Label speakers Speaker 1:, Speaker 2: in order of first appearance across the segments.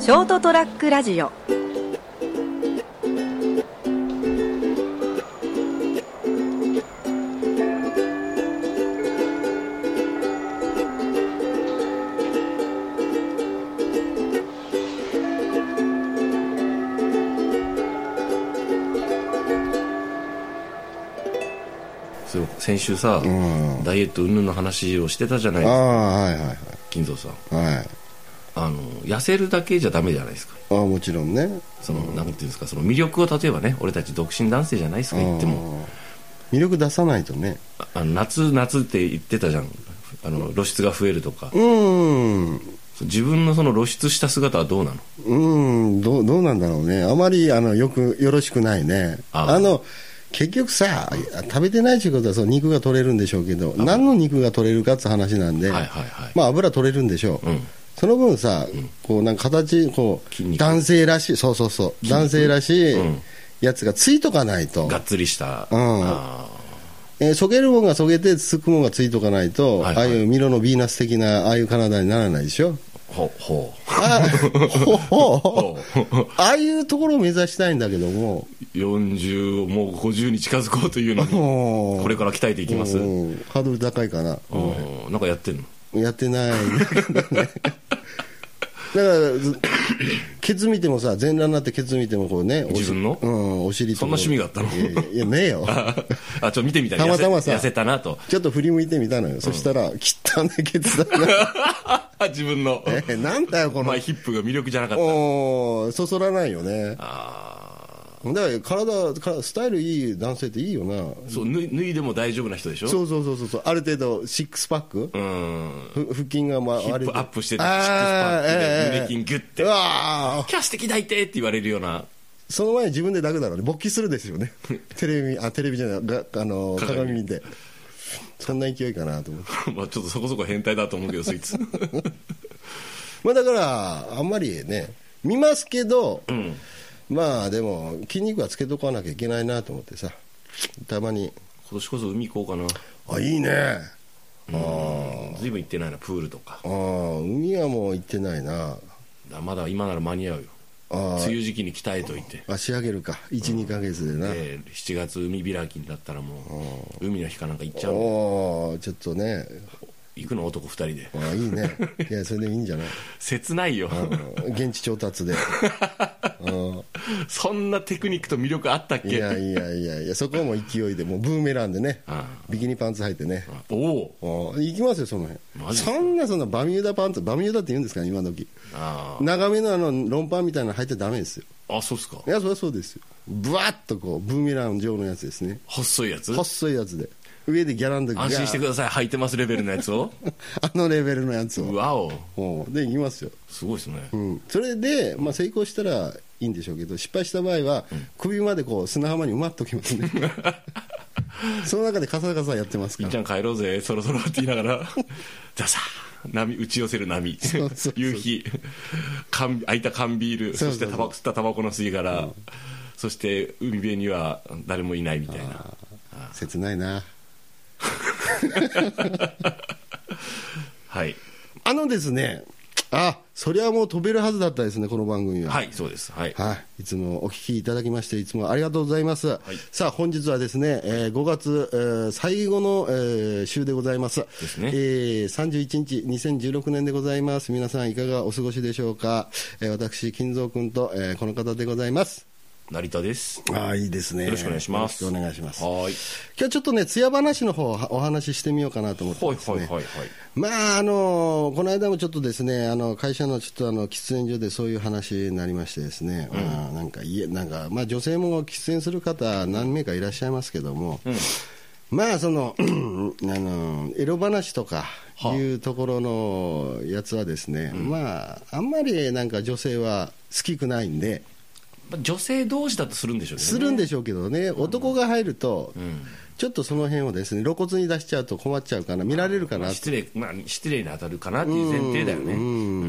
Speaker 1: ショートトラックラジオ
Speaker 2: そう先週さ、
Speaker 3: ん
Speaker 2: ダイエット云々の話をしてたじゃない
Speaker 3: あ
Speaker 2: ですか
Speaker 3: あはいはいはい
Speaker 2: 金蔵さん
Speaker 3: はい
Speaker 2: あの痩せるだけじゃダメじゃないですか
Speaker 3: ああもちろんね
Speaker 2: その、なんていうんですかその魅力を例えばね俺たち独身男性じゃないですか言っても
Speaker 3: うん魅力出さないとね
Speaker 2: ああの夏夏って言ってたじゃんあの露出が増えるとか
Speaker 3: うーん
Speaker 2: 自分のその露出した姿はどうなの
Speaker 3: うんどうどうなんだろうねあまりあのよくよろしくないね
Speaker 2: あ
Speaker 3: あの結局さ食べてないということはそう肉が取れるんでしょうけど何の肉が取れるかって話なんで、
Speaker 2: はいはいはい
Speaker 3: まあ油取れるんでしょう、
Speaker 2: うん
Speaker 3: その分さ、こうなんか形こ
Speaker 2: 筋
Speaker 3: う
Speaker 2: 肉
Speaker 3: 男性らしいそうそうそう男性らしい
Speaker 2: うん
Speaker 3: やつがついとかないと、
Speaker 2: がっつりした、
Speaker 3: うん
Speaker 2: あ
Speaker 3: えー、そげるもんがそげて、つつくもんがついとかないと、
Speaker 2: はいはい
Speaker 3: ああいうミロのヴィーナス的な、ああいう体にならないでしょ。
Speaker 2: ーほ ほ
Speaker 3: あほほ
Speaker 2: ほう
Speaker 3: ああいうところを目指したいんだけども、
Speaker 2: 40もう50に近づこうというのに
Speaker 3: こ
Speaker 2: これから鍛えていきますうん
Speaker 3: うんハードル高いかな、
Speaker 2: なんかやってんの
Speaker 3: やってないだからずケツ見てもさ全裸になってケツ見てもこうねお尻
Speaker 2: 自分の
Speaker 3: うん、お尻と
Speaker 2: そんな趣味があったの
Speaker 3: いやいやいや ねえよ
Speaker 2: あちょっと見てみたい
Speaker 3: たまたまさ
Speaker 2: 痩せ痩せたなと
Speaker 3: ちょっと振り向いてみたのよ、そしたら汚ねケツだな
Speaker 2: あ自分の
Speaker 3: えなんだよこの
Speaker 2: 前ヒップが魅力じゃ なかった
Speaker 3: おーそそらないよね
Speaker 2: あ
Speaker 3: だから体かスタイルいい男性っていいよな
Speaker 2: ーそう脱い脱いでも大丈夫な人でしょ
Speaker 3: そうそうそうそうそうある程度シックスパック、
Speaker 2: うん
Speaker 3: ふ腹筋がまあ
Speaker 2: ヒップアップしててシックスパッ
Speaker 3: あー
Speaker 2: クで
Speaker 3: ええ
Speaker 2: 胸筋ギュッて
Speaker 3: うわー
Speaker 2: キャス的抱いてって言われるような
Speaker 3: その前に自分で楽だろうね勃起するですよねテレビあテレビじゃないがあの
Speaker 2: 鏡
Speaker 3: 鏡見てそんな勢いかなと思って
Speaker 2: まあちょっとそこそこ変態だと思 うけどそいつ
Speaker 3: まあだからあんまりね見ますけど、まあでも筋肉はつけとかなきゃいけないなと思ってさたまに
Speaker 2: 今年こそ海行こうかな
Speaker 3: あいいね
Speaker 2: ずいぶん行ってないなプールとか
Speaker 3: ああ海はもう行ってないな
Speaker 2: だまだ今なら間に合うよ
Speaker 3: あー
Speaker 2: 梅雨時期に鍛えといて、
Speaker 3: あ仕上げるか12か月でな、
Speaker 2: で7月海開きになったらもう海の日かなんか行っちゃうの
Speaker 3: おおちょっとね
Speaker 2: 行くの男2人で
Speaker 3: あいい ねいやそれでいいんじゃない
Speaker 2: 切ないよ
Speaker 3: うん現地調達でうん
Speaker 2: そんなテクニックと魅力あったっ
Speaker 3: い
Speaker 2: け
Speaker 3: やいやいやいやそこはもう勢いでもうブーメランでね
Speaker 2: あ
Speaker 3: ビキニパンツ履いてね
Speaker 2: おお
Speaker 3: お行きますよその
Speaker 2: マ
Speaker 3: 辺
Speaker 2: ジ
Speaker 3: そんなそんなバミューダパンツバミューダって言うんですか今時
Speaker 2: あ
Speaker 3: 長めのあのロンパンみたいなの履いてダメですよ
Speaker 2: ーあそうっすか
Speaker 3: いやそりゃそうですよブワッとこうブーメラン状のやつですね
Speaker 2: 細いやつ
Speaker 3: 細いやつで上でギャランドガー
Speaker 2: 安心してください履いてますレベルのやつを
Speaker 3: あのレベルのやつを
Speaker 2: うわお
Speaker 3: おうで行きますよ、
Speaker 2: すごいですね、
Speaker 3: うん、それで、まあ、成功したらいいんでしょうけど失敗した場合は、首までこう砂浜に埋まっときます ねその中でカサカサやってます
Speaker 2: い
Speaker 3: か
Speaker 2: っちゃ
Speaker 3: ら
Speaker 2: ん帰ろうぜそろそろって言いながらザサー波打ち寄せる波
Speaker 3: うそうそう
Speaker 2: 夕日缶開いた缶ビールそ
Speaker 3: そうそうそ
Speaker 2: して
Speaker 3: う
Speaker 2: タバコ吸ったタバコの吸い殻、そして海辺には誰もいないみたいな
Speaker 3: 切ないな
Speaker 2: はい
Speaker 3: あのですねあそりゃもう飛べるはずだったですねこの番組は
Speaker 2: はいそうですはい
Speaker 3: はい、いつもお聞きいただきまして、いつもありがとうございます。さあ、本日はですね、えー5月、えー最後の、えー週でございます。
Speaker 2: ですね
Speaker 3: えー31日、2016年でございます。皆さん、いかがお過ごしでしょうか。えー私、金蔵君と、えーこの方でございます。
Speaker 2: 成田です
Speaker 3: ああ、いいですね。
Speaker 2: よろしくお願いします
Speaker 3: よろしくお願いします。今
Speaker 2: はーい
Speaker 3: 日はちょっとね、艶話の方をお話ししてみようかなと思って
Speaker 2: はい
Speaker 3: ます、
Speaker 2: は
Speaker 3: ね。
Speaker 2: いはいはい
Speaker 3: まああのこの間もちょっとですねあの会社のちょっとあの喫煙所でそういう話になりましてですね、まあなんかいえなんかまあ女性も喫煙する方何名かいらっしゃいますけども、まあその あのエロ話とかいうところのやつはですね、まああんまりなんか女性は好きくないんで
Speaker 2: まあ女性同士だとするんでしょうね
Speaker 3: するんでしょうけどね男が入ると、
Speaker 2: ん
Speaker 3: ちょっとその辺をですね露骨に出しちゃうと困っちゃうかな見られるかなって
Speaker 2: 失礼、まあ、失礼に当たるかなっていう前提だよね
Speaker 3: う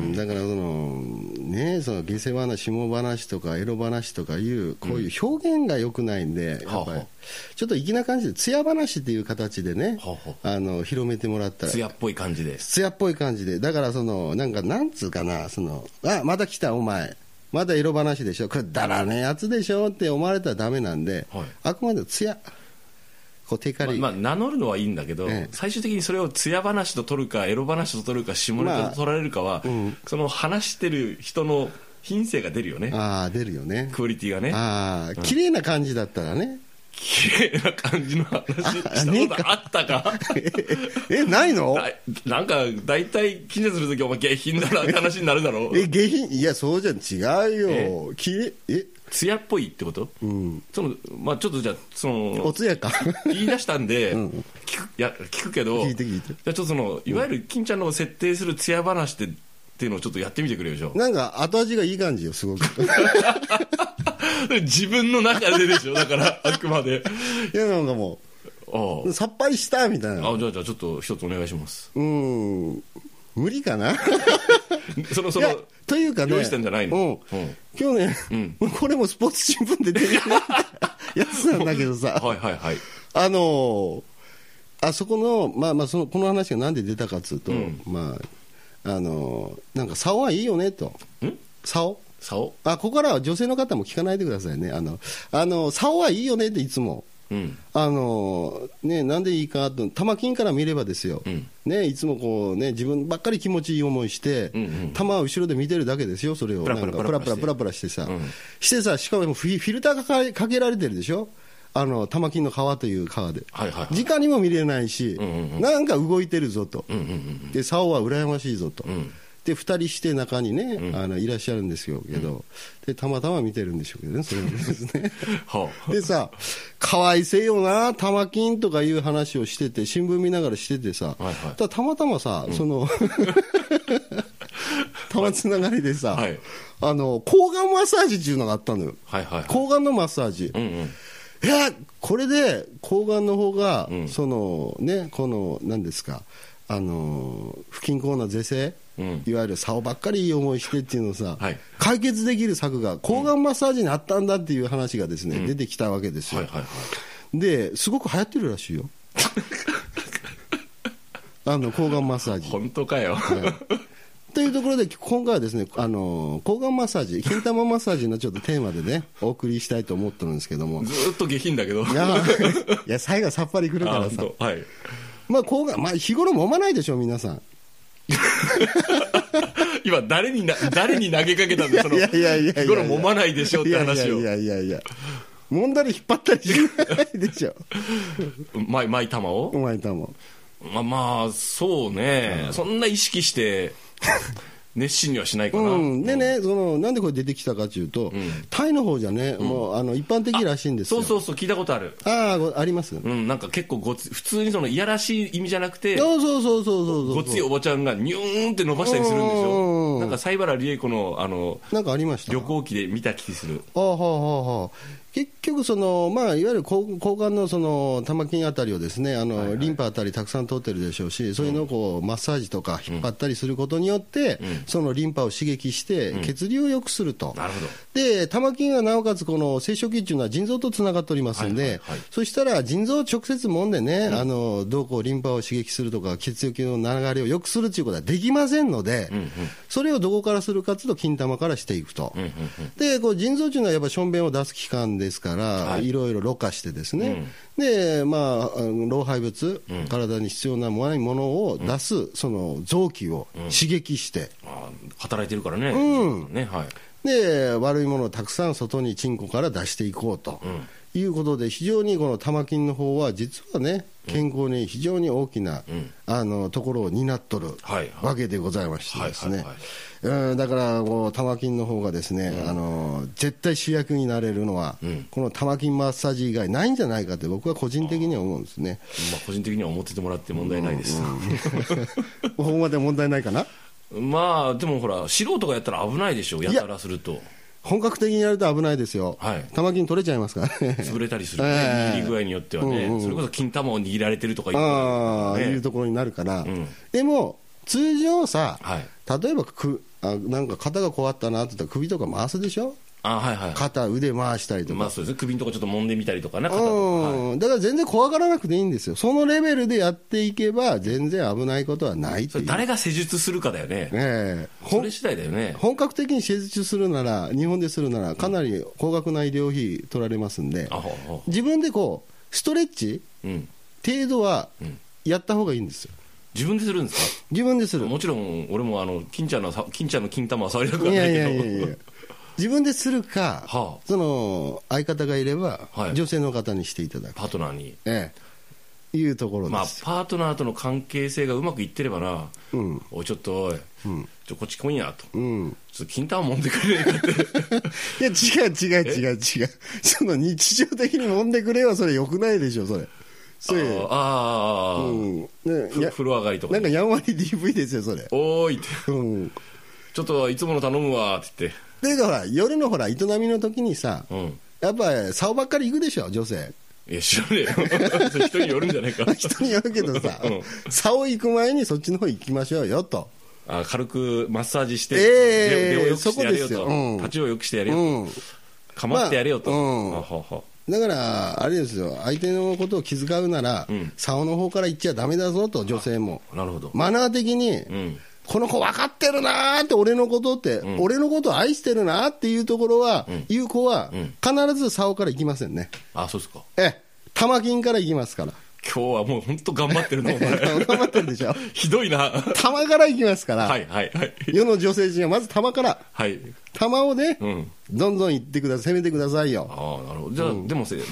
Speaker 3: ん、だからその、ね、その下世話な下話とかエロ話とかいう、こういう表現が良くないんで、
Speaker 2: はあ
Speaker 3: やっぱ
Speaker 2: は
Speaker 3: り
Speaker 2: あ、
Speaker 3: ちょっと粋な感じで、艶話っていう形でね、
Speaker 2: はあは
Speaker 3: あの広めてもらったら、
Speaker 2: 艶っぽい感じです。
Speaker 3: 艶っぽい感じで、だからその、なんか、なんつうかな、その、あまた来た、お前、まだ色話でしょ、くだらねえやつでしょって思われたらダメなんで、
Speaker 2: はい
Speaker 3: あくまで艶、こう、テカ
Speaker 2: まあ、
Speaker 3: リ、
Speaker 2: まあ名乗るのはいいんだけど、
Speaker 3: ええ
Speaker 2: 最終的にそれを艶話と取るかエロ話と取るか下ネタと取られるかは、
Speaker 3: まあうん
Speaker 2: その話してる人の品性が出るよね
Speaker 3: ああ、出るよね。
Speaker 2: クオリティがね
Speaker 3: ああ、綺麗な感じだったらね。
Speaker 2: 綺麗な感じの話したことあったか
Speaker 3: え、ないの
Speaker 2: ななんか大体近所するときお前下品だなって話になるだろ
Speaker 3: え、下品いや、そうじゃん違うよ。綺麗え、
Speaker 2: 艶っぽいってこと、
Speaker 3: うん。
Speaker 2: そのまあちょっとじゃあそ
Speaker 3: お
Speaker 2: の
Speaker 3: つや か。
Speaker 2: 言い出したんで、
Speaker 3: うん
Speaker 2: 聞くいや聞くけど
Speaker 3: 聞いて聞いて
Speaker 2: じゃあちょっとそのいわゆる金ちゃんの設定する艶話ってっていうのをちょっとやってみてくれよじゃ あ
Speaker 3: なんか、後味がいい感じよ、すごく。
Speaker 2: 自分の中ででしょだから あくまで
Speaker 3: いや、なんかも
Speaker 2: あ
Speaker 3: う、さっぱりした、みたい
Speaker 2: あ
Speaker 3: な。
Speaker 2: あじゃあじゃあちょっと一つお願いします
Speaker 3: うん。無理かな
Speaker 2: そのそ
Speaker 3: いや
Speaker 2: の
Speaker 3: というかね。
Speaker 2: 用意したんじゃないの
Speaker 3: うん
Speaker 2: うん
Speaker 3: 今日ね、これもスポーツ新聞で出てきたやつなんだけど さ。
Speaker 2: はいはいはい
Speaker 3: あのーあそこの、まあまあ、そのこの話がなんで出たかっつうと、
Speaker 2: うん
Speaker 3: まあ、あのーなんか、竿はいいよねと、
Speaker 2: ん
Speaker 3: 竿
Speaker 2: 竿
Speaker 3: あここからは女性の方も聞かないでくださいね、あの、あの竿はいいよねっていつも。
Speaker 2: うん
Speaker 3: あのーね、なんでいいかと、玉金から見ればですよ、
Speaker 2: うん
Speaker 3: ね、いつもこう、ね、自分ばっかり気持ちいい思いして、
Speaker 2: うんうん
Speaker 3: 玉は後ろで見てるだけですよ、それを、
Speaker 2: プラプラ
Speaker 3: なんか
Speaker 2: プラプラ
Speaker 3: プラプラプラしてさ、
Speaker 2: うん
Speaker 3: してさ、しかもフィフィルターがかけかけられてるでしょ、あの玉金の皮という皮で、
Speaker 2: はいはいはい
Speaker 3: 直にも見れないし、
Speaker 2: うんうんう
Speaker 3: なんか動いてるぞと、
Speaker 2: うんうん
Speaker 3: で竿は羨ましいぞと。
Speaker 2: うんうん
Speaker 3: で2人して中にね、あのいらっしゃるんですよけど、でたまたま見てるんでしょうけど ね、それもですね。
Speaker 2: はあ
Speaker 3: でさ、かわいせえよな、玉金とかいう話をしてて、新聞見ながらしててさ、
Speaker 2: いはい
Speaker 3: ただたまたまさ、そ の、玉つながりでさ、
Speaker 2: はい
Speaker 3: あの、抗がんマッサージっていうのがあったのよ。
Speaker 2: はいはい
Speaker 3: 抗がんのマッサージ。
Speaker 2: うんうん
Speaker 3: いや、これで抗がんの方が、
Speaker 2: うん
Speaker 3: そのね、この、なんですか、あの、不均衡な是正、
Speaker 2: うん
Speaker 3: いわゆる竿ばっかりいい思いしてっていうのをさ、
Speaker 2: はい
Speaker 3: 解決できる策が抗がんマッサージにあったんだっていう話がですね、出てきたわけですよ。
Speaker 2: はいはいはい
Speaker 3: ですごく流行ってるらし いよあの抗がんマッサージ
Speaker 2: 本当かよ
Speaker 3: というところで今回はですねあの抗がんマッサージ金玉マッサージのちょっとテーマでねお送りしたいと思ってるんですけど も
Speaker 2: ずーっと下品だけど
Speaker 3: いやいや最後さっぱりくるか
Speaker 2: あ
Speaker 3: ら
Speaker 2: 本
Speaker 3: さ
Speaker 2: 当はい
Speaker 3: まあ抗がんまあ日頃揉まないでしょ皆さん
Speaker 2: 今誰にな誰に投げかけたん
Speaker 3: い
Speaker 2: だ
Speaker 3: や
Speaker 2: そ
Speaker 3: い
Speaker 2: の
Speaker 3: やいやいや
Speaker 2: 日頃揉まないでしょって話を
Speaker 3: いやいやいやいや揉んだり引っ張ったりしないで しょ
Speaker 2: まいまい玉を
Speaker 3: お前とも
Speaker 2: まあまあそうね、そんな意識して熱心にはしないかな、
Speaker 3: うん、でね、そのなんでこれ出てきたかというと、タイの方じゃね、もうあの一般的らしいんです
Speaker 2: そ
Speaker 3: よ。
Speaker 2: うそうそう聞いたことある
Speaker 3: ああごあります、
Speaker 2: うんなんか結構ごつ普通にそのいやらしい意味じゃなくて
Speaker 3: そうそうそうそうそうそう
Speaker 2: ごついおばちゃんがニューンって伸ばしたりするんでし
Speaker 3: うんうんう
Speaker 2: ょ
Speaker 3: ん
Speaker 2: なんか西原理恵子のあの
Speaker 3: なんかありました
Speaker 2: 旅行記で見た気する
Speaker 3: ああはあはあはあ結局その、まあ、いわゆる抗抗がんのその玉筋あたりをですねあの、リンパあたりたくさん通ってるでしょうし、そういうのをこうマッサージとか引っ張ったりすることによって、そのリンパを刺激して、血流を良くすると、
Speaker 2: なるほど
Speaker 3: で玉筋はなおかつこの生殖器っていうのは腎臓とつながっておりますんで、
Speaker 2: はいはいはい
Speaker 3: そしたら腎臓を直接揉んでね、あのどうこうリンパを刺激するとか血液の流れを良くするということはできませんので、それをどこからするかというと金玉からしていくと、でこう腎臓っていうのはやっぱしょんべんを出す器官ですから、
Speaker 2: い
Speaker 3: い、ろいろろ過してですね、でまああの老廃物、体に必要なものを出す、その臓器を刺激して。
Speaker 2: あー働いてるからね,、ねはい、
Speaker 3: で悪いものをたくさん外にチンコから出していこうと、いうことで非常にこの玉金の方は実はね健康に非常に大きな、あのところを担っとる
Speaker 2: はい
Speaker 3: わけでございましてです
Speaker 2: は
Speaker 3: ね
Speaker 2: いはい
Speaker 3: うんだからこう玉金の方がですね、あの絶対主役になれるのは、この玉金マッサージ以外ないんじゃないかって僕は個人的には思うんで すね、
Speaker 2: まあ、個人的には思っててもらって問題ないです、
Speaker 3: ここまで問題ないかな
Speaker 2: まあでもほら素人がやったら危ないでしょやたらすると
Speaker 3: 本格的にやると危ないですよ、
Speaker 2: はい
Speaker 3: 玉金取れちゃいますからね
Speaker 2: 潰れたりするね、
Speaker 3: ええ
Speaker 2: 握り具合によってはね、それこそ金玉を握られてるとか言う
Speaker 3: ああ、
Speaker 2: ね
Speaker 3: いうところになるから、
Speaker 2: ん
Speaker 3: でも通常さ、
Speaker 2: はい
Speaker 3: 例えばくあなんか肩が怖ったなって言ったら首とか回すでしょ
Speaker 2: あはいはい
Speaker 3: 肩腕回したりとか、
Speaker 2: まあそうですね首のとこちょっと揉んでみたりとかね肩とか、はい
Speaker 3: うんだから全然怖がらなくていいんですよ、そのレベルでやっていけば、全然危ないことはないって
Speaker 2: そ
Speaker 3: い
Speaker 2: れ
Speaker 3: う、
Speaker 2: 誰が施術するかだよね
Speaker 3: ええほ
Speaker 2: そ
Speaker 3: ん
Speaker 2: れ次第だよね
Speaker 3: 本格的に施術するなら、日本でするなら、かなり高額な医療費取られますんで
Speaker 2: あ、ほうほ
Speaker 3: 自分でこう、ストレッチ
Speaker 2: ううん
Speaker 3: 程度はやった方がいいんですよ、
Speaker 2: 自分でするんです
Speaker 3: 自分です
Speaker 2: か
Speaker 3: る。
Speaker 2: もちろん俺もあの金ちゃんのさ金ちゃんの金玉は触りたくはいな
Speaker 3: や
Speaker 2: い
Speaker 3: い
Speaker 2: け
Speaker 3: や
Speaker 2: ど
Speaker 3: いやいや、自分でするか、
Speaker 2: はあ
Speaker 3: その相方がいれば、
Speaker 2: はい
Speaker 3: 女性の方にしていただく、
Speaker 2: パートナーに
Speaker 3: ええ、いうところ
Speaker 2: ま
Speaker 3: で
Speaker 2: あ
Speaker 3: す。
Speaker 2: パートナーとの関係性がうまくいってればな、
Speaker 3: うん
Speaker 2: おいちょっとおい、ちょこっち来いやと、
Speaker 3: うん
Speaker 2: ちょっと金玉揉んでくれねえかって
Speaker 3: いや、違う違う違う違う。その日常的に揉んでくれはそれ良くないでしょ、それ。 それ、
Speaker 2: ああああ、
Speaker 3: うん。ね
Speaker 2: ふ
Speaker 3: や
Speaker 2: 風呂上がりとか
Speaker 3: なん
Speaker 2: に
Speaker 3: かやんわり DV ですよ、それ。
Speaker 2: おーいって
Speaker 3: うん。
Speaker 2: ちょっといつもの頼むわって言って
Speaker 3: で、ほら、夜のほら、営みの時にさ、
Speaker 2: うん
Speaker 3: やっぱ、竿ばっかり行くでしょ、女性。
Speaker 2: いや知らねえよ それ人によるんじゃない か
Speaker 3: 人によるけどさ
Speaker 2: うん、
Speaker 3: 竿行く前にそっちの方行きましょうよ、と。
Speaker 2: あ軽くマッサージして、
Speaker 3: ええ
Speaker 2: 手を良くしてやれよと、
Speaker 3: そこですようん
Speaker 2: 立ちを良くしてやれ
Speaker 3: う
Speaker 2: よと、
Speaker 3: ん。
Speaker 2: かまってやれよと、
Speaker 3: まあうん
Speaker 2: あほうほ
Speaker 3: だから、あれですよ、相手のことを気遣うなら
Speaker 2: ん、
Speaker 3: 竿の方から行っちゃダメだぞと、女性も。
Speaker 2: うなるほど、
Speaker 3: マナー的に、
Speaker 2: うん
Speaker 3: この子分かってるなーって、俺のことって、俺のこと愛してるなーっていうところは、いう子は、必ず竿から行きませんね。
Speaker 2: あそうですか
Speaker 3: ええ、玉金から行きますから。
Speaker 2: 今日はもう本当頑張ってるなお前
Speaker 3: 頑張ってるでしょ。
Speaker 2: ひどいなは
Speaker 3: 玉から行きますから、
Speaker 2: いはいはい
Speaker 3: 世の女性陣はまず玉から、
Speaker 2: はい
Speaker 3: 玉をね、
Speaker 2: うん
Speaker 3: どんどん行ってください、攻めてくださいよ。
Speaker 2: ああなるほどじゃあ、でもせで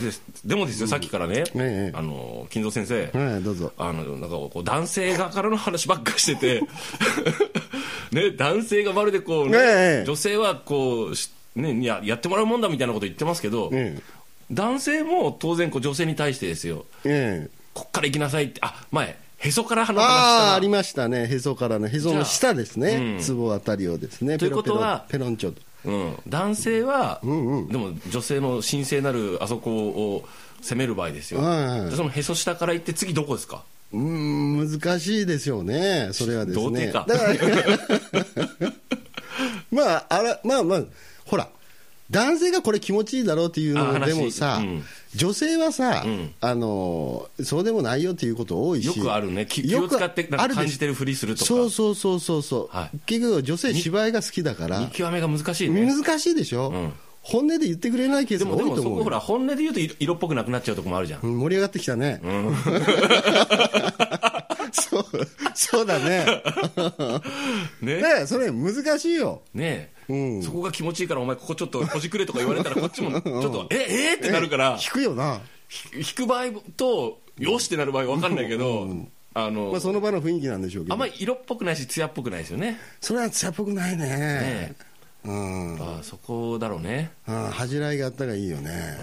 Speaker 2: でもですよさっきからね、
Speaker 3: ええ
Speaker 2: あの金蔵先生、
Speaker 3: はい、どうぞ。
Speaker 2: あのなんかこう男性側からの話ばっかして て、ね、男性がまるでこう、ね
Speaker 3: ねえ
Speaker 2: 女性はこうし、ね、ややってもらうもんだみたいなこと言ってますけど、
Speaker 3: ええ
Speaker 2: 男性も当然こう女性に対してですよ
Speaker 3: ええ
Speaker 2: こっから行きなさいってあ前へそから話
Speaker 3: あ
Speaker 2: し
Speaker 3: あ、あ
Speaker 2: た
Speaker 3: り
Speaker 2: な
Speaker 3: ましたね。へそからの、へその下ですね。ツボあたりをですね。
Speaker 2: ということは
Speaker 3: ペロペロペロンチョと。
Speaker 2: うん、男性は、でも女性の神聖なるあそこを攻める場合ですよ、
Speaker 3: はいはい
Speaker 2: でそのへそ下から行って次どこですか
Speaker 3: うーん、難しいでしょうね、それはです
Speaker 2: 童
Speaker 3: ね。
Speaker 2: 貞か
Speaker 3: だから、 まあ、あら、まあまあ、ほら、男性がこれ気持ちいいだろうっていう
Speaker 2: あ
Speaker 3: の
Speaker 2: 話
Speaker 3: でもさ、
Speaker 2: うん
Speaker 3: 女性はさ、
Speaker 2: うん
Speaker 3: あの、そうでもないよっていうこと多いし。
Speaker 2: よくあるね気気
Speaker 3: よ
Speaker 2: を
Speaker 3: く
Speaker 2: 使ってなん
Speaker 3: あ
Speaker 2: か
Speaker 3: でしょ
Speaker 2: 感じてるふりするとか
Speaker 3: そうそうそうそうそう。
Speaker 2: はい
Speaker 3: 結局、女性芝居が好きだから
Speaker 2: 見、極めが難しいね
Speaker 3: 難しいでしょ、
Speaker 2: ん
Speaker 3: 本音で言ってくれないケー
Speaker 2: で
Speaker 3: スが
Speaker 2: も
Speaker 3: 多
Speaker 2: で
Speaker 3: い
Speaker 2: も
Speaker 3: と
Speaker 2: そこ
Speaker 3: 思うよ
Speaker 2: ほら本音で言うと色色っぽくなくなっちゃうとこもあるじゃん、
Speaker 3: うん盛り上がってきたね。 そう、そうだね。
Speaker 2: ね
Speaker 3: ねそれ難しいよ。
Speaker 2: ねえ、
Speaker 3: うん
Speaker 2: そこが気持ちいいからお前ここちょっとこじくれとか 言われたらこっちもちょっ とええってなるから
Speaker 3: 引くよな。
Speaker 2: ひ引く場合とよしってなる場合分かんないけど、あの、
Speaker 3: まあその場の雰囲気なんでしょうけ
Speaker 2: あんま
Speaker 3: ど。
Speaker 2: り色っぽくないし艶っぽくないですよね
Speaker 3: それは艶っぽくないね
Speaker 2: ね。
Speaker 3: うん。
Speaker 2: ああそこだろうね
Speaker 3: ああ恥じらいがあったがいいよね。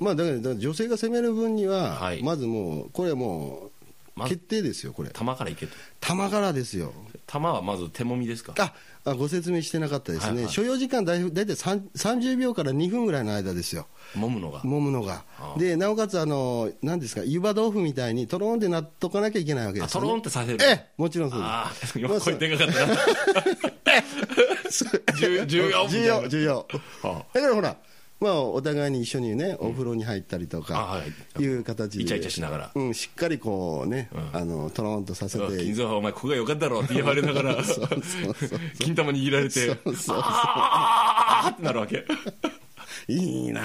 Speaker 3: まあだからだから女性が攻める分には
Speaker 2: はい、
Speaker 3: まずもう、これはもう、
Speaker 2: まず
Speaker 3: 決定ですよ、これ。
Speaker 2: 玉からいけと
Speaker 3: 玉からですよ。
Speaker 2: 玉はまず手もみですか
Speaker 3: ああご説明してなかったですね、
Speaker 2: はいはい
Speaker 3: 所要時間大、大体3 30秒から2分ぐらいの間ですよ、
Speaker 2: 揉むのが
Speaker 3: 揉むのが
Speaker 2: あ、
Speaker 3: でなおかつあの、なんですか、湯葉豆腐みたいにとろんってなっとかなきゃいけないわけ
Speaker 2: あ
Speaker 3: です
Speaker 2: ト
Speaker 3: よ、ね、
Speaker 2: ロンってさせる
Speaker 3: ええ、もちろんそう
Speaker 2: ああ
Speaker 3: です。
Speaker 2: 今
Speaker 3: まあ
Speaker 2: 声でかかったな重重要みた
Speaker 3: 重
Speaker 2: いな
Speaker 3: 要、重要
Speaker 2: あ。
Speaker 3: だからほら、まあ、お互いに一緒にね、お風呂に入ったりと
Speaker 2: あ
Speaker 3: か
Speaker 2: はい
Speaker 3: いう形で、
Speaker 2: イチャイチャしながら
Speaker 3: うん、しっかりこうね、あのとろんとさせ
Speaker 2: うわ
Speaker 3: て
Speaker 2: 金、蔵はお前ここが良かったろって言われなが ら金玉握られて
Speaker 3: そうそう
Speaker 2: ああってなるわけ
Speaker 3: いいな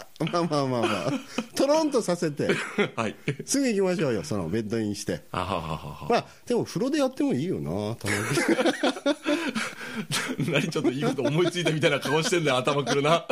Speaker 3: あまあまあまあまあ、とろんとさせ て。
Speaker 2: はい
Speaker 3: すぐ行きましょうよ、そのベッドインして。
Speaker 2: あはははは
Speaker 3: まあ、でも風呂でやってもいいよな、たまに
Speaker 2: 何ちょっといいこと思いついたみたいな顔してんだよ頭くるな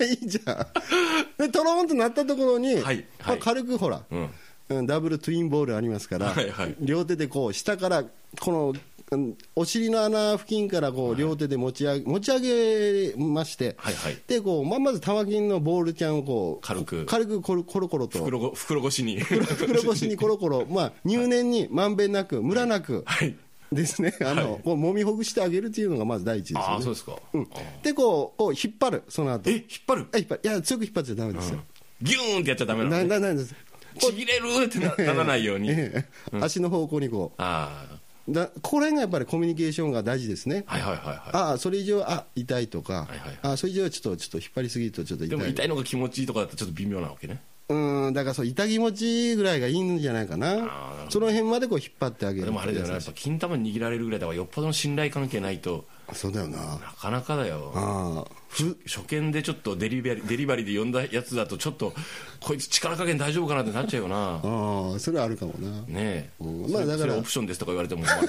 Speaker 3: いいじゃん。 で、トローンとなったところに、
Speaker 2: はい
Speaker 3: ま
Speaker 2: は
Speaker 3: あ、
Speaker 2: い
Speaker 3: 軽くほら、
Speaker 2: うん
Speaker 3: うんダブルツインボールありますから、
Speaker 2: はいはい
Speaker 3: 両手でこう、下から、この、うんお尻の穴付近からこう両手で持ち上げ持ち上げまして、
Speaker 2: はいはい
Speaker 3: でこうままず玉金のボールちゃんをこう
Speaker 2: 軽く
Speaker 3: 軽くコロコロコロと
Speaker 2: 袋ご袋越しに
Speaker 3: 袋越しにコ ロコロ、まあ、入念にまんべんなく、ムラなく
Speaker 2: はい
Speaker 3: ですね、あのこう揉みほぐしてあげるっていうのがまず第一です
Speaker 2: あ
Speaker 3: よ
Speaker 2: あそう
Speaker 3: ね。
Speaker 2: ですか
Speaker 3: うんでこう、こう引っ張る、その後
Speaker 2: え引っ張る
Speaker 3: あ引っ張るいや、強く引っ張っちゃだめですよ、
Speaker 2: ギューンってやっちゃダメな
Speaker 3: な
Speaker 2: のね
Speaker 3: ななんです
Speaker 2: ちぎれるってなならないように
Speaker 3: ええ足の方向にこ
Speaker 2: ああ
Speaker 3: だここら辺がやっぱりコミュニケーションが大事ですね。
Speaker 2: はいはいはいは
Speaker 3: ああ、それ以上は、あ痛いとか、
Speaker 2: はいはいはい
Speaker 3: ああそれ以上はちょっと、ちょっと引っ張りすぎると、ちょっと
Speaker 2: い。
Speaker 3: 痛
Speaker 2: で
Speaker 3: い
Speaker 2: も痛いのが気持ちいいとかだとちょっと微妙なわけね。
Speaker 3: うん、だからそう、痛気持ちぐらいがいいんじゃないか
Speaker 2: あーなるほ
Speaker 3: な、
Speaker 2: ど
Speaker 3: その辺までこう引っ張ってあげる
Speaker 2: でもあれだよな、やっぱ金玉握られるぐらいだからよっぽどの信頼関係ないと、
Speaker 3: そうだよな、
Speaker 2: なかなかだよ。
Speaker 3: あーふ
Speaker 2: 初見でちょっとデリバリーデリバリーで呼んだやつだとちょっとこいつ力加減大丈夫かなってなっちゃうよ な
Speaker 3: あー、それはあるかもな、
Speaker 2: ねえ、
Speaker 3: うんまあ
Speaker 2: それ
Speaker 3: だから
Speaker 2: それオプションですとか言われても、まあ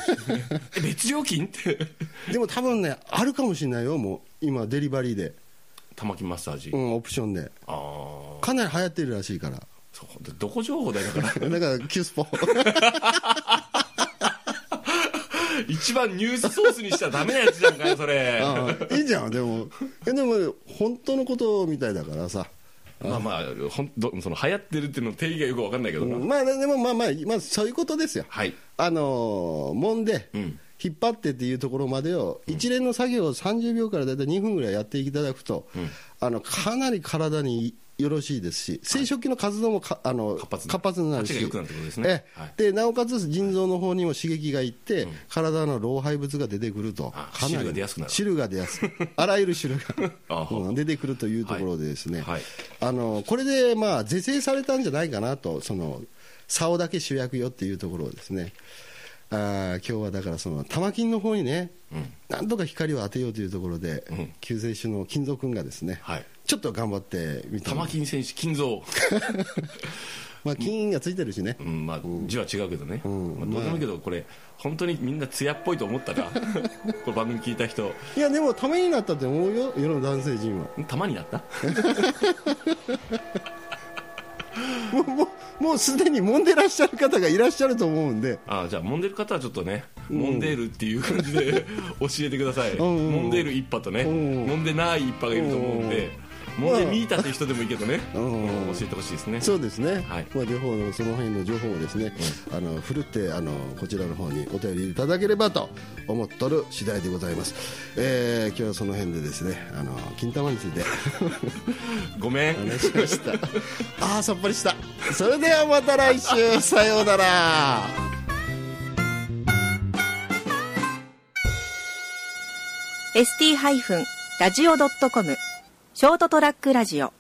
Speaker 2: え別料金って
Speaker 3: でも多分ね、あるかもしれないよ、もう、今、デリバリーで、
Speaker 2: 玉木マッサージ、
Speaker 3: う
Speaker 2: あ
Speaker 3: ん、オプションで、
Speaker 2: あー
Speaker 3: かなり流行ってるらしいから、
Speaker 2: そうでどこ情報だよだから
Speaker 3: だから、キュスポ、
Speaker 2: 一番ニュースソースにしたらダメなやつじゃんかよそれ
Speaker 3: あーいいじゃん、でも、えでも、本当のことみたいだからさ。
Speaker 2: まあまあほんどその流行ってるっていうの定義がよく分かんないけどな、
Speaker 3: まあでもまあまあ、まあ、そういうことですよ、
Speaker 2: はい
Speaker 3: あのー揉んで、
Speaker 2: うん
Speaker 3: 引っ張ってっていうところまでを、一連の作業を30秒からだいたい2分ぐらいやっていただくと、あのかなり体によろしいですし、生殖器の活動もかあの
Speaker 2: 活発に
Speaker 3: 活発になる
Speaker 2: あっち
Speaker 3: し
Speaker 2: が良くなるってことですね
Speaker 3: ええ
Speaker 2: はい
Speaker 3: でなおかつ腎臓の方にも刺激がいって、体の老廃物が出てくると、
Speaker 2: あ
Speaker 3: かな
Speaker 2: 汁が
Speaker 3: り
Speaker 2: 出やすくなる
Speaker 3: 汁が出やすくあらゆる 汁
Speaker 2: あ
Speaker 3: が、うん出てくるというところでですね、
Speaker 2: はい
Speaker 3: あのこれでまあ是正されたんじゃないかなと、その竿だけ主役よっていうところをですね、あー今日はだから、その玉金の方にね、なんとか光を当てようというところで、
Speaker 2: ん
Speaker 3: 救世主の金蔵君がですね、
Speaker 2: はい
Speaker 3: ちょっと頑張ってみたの
Speaker 2: 玉金選手金 蔵
Speaker 3: まあ、金がついてるしね
Speaker 2: う、んまあ字は違うけどね、
Speaker 3: ん
Speaker 2: まあ、どうでもいいけどこれ本当にみんな艶っぽいと思った らこれ番組聞いた人
Speaker 3: いや、でもためになったと思うよ、世の男性陣は。
Speaker 2: 玉になった
Speaker 3: もうもうもうすでに揉んでらっしゃる方がいらっしゃると思うんで、
Speaker 2: ああじゃあ揉んでる方はちょっとね揉んでるっていう感じで 教えてください、
Speaker 3: んうんうん
Speaker 2: 揉んでる一派とね、
Speaker 3: んうん
Speaker 2: 揉んでない一派がいると思うんで、
Speaker 3: ん
Speaker 2: 揉んでみーたって人でもいいけどね、
Speaker 3: ん
Speaker 2: うん教えてほしいですね
Speaker 3: そうですね、
Speaker 2: はい
Speaker 3: まあ、両方のその辺の情報をですね、あのふるってあのこちらの方にお便りいただければと思っとる次第でございます、えー今日はその辺でですねあの金玉について
Speaker 2: ごめん
Speaker 3: 話しました ああさっぱりしたそれではまた来週さようなら
Speaker 1: ST-radio.com ショートトラックラジオ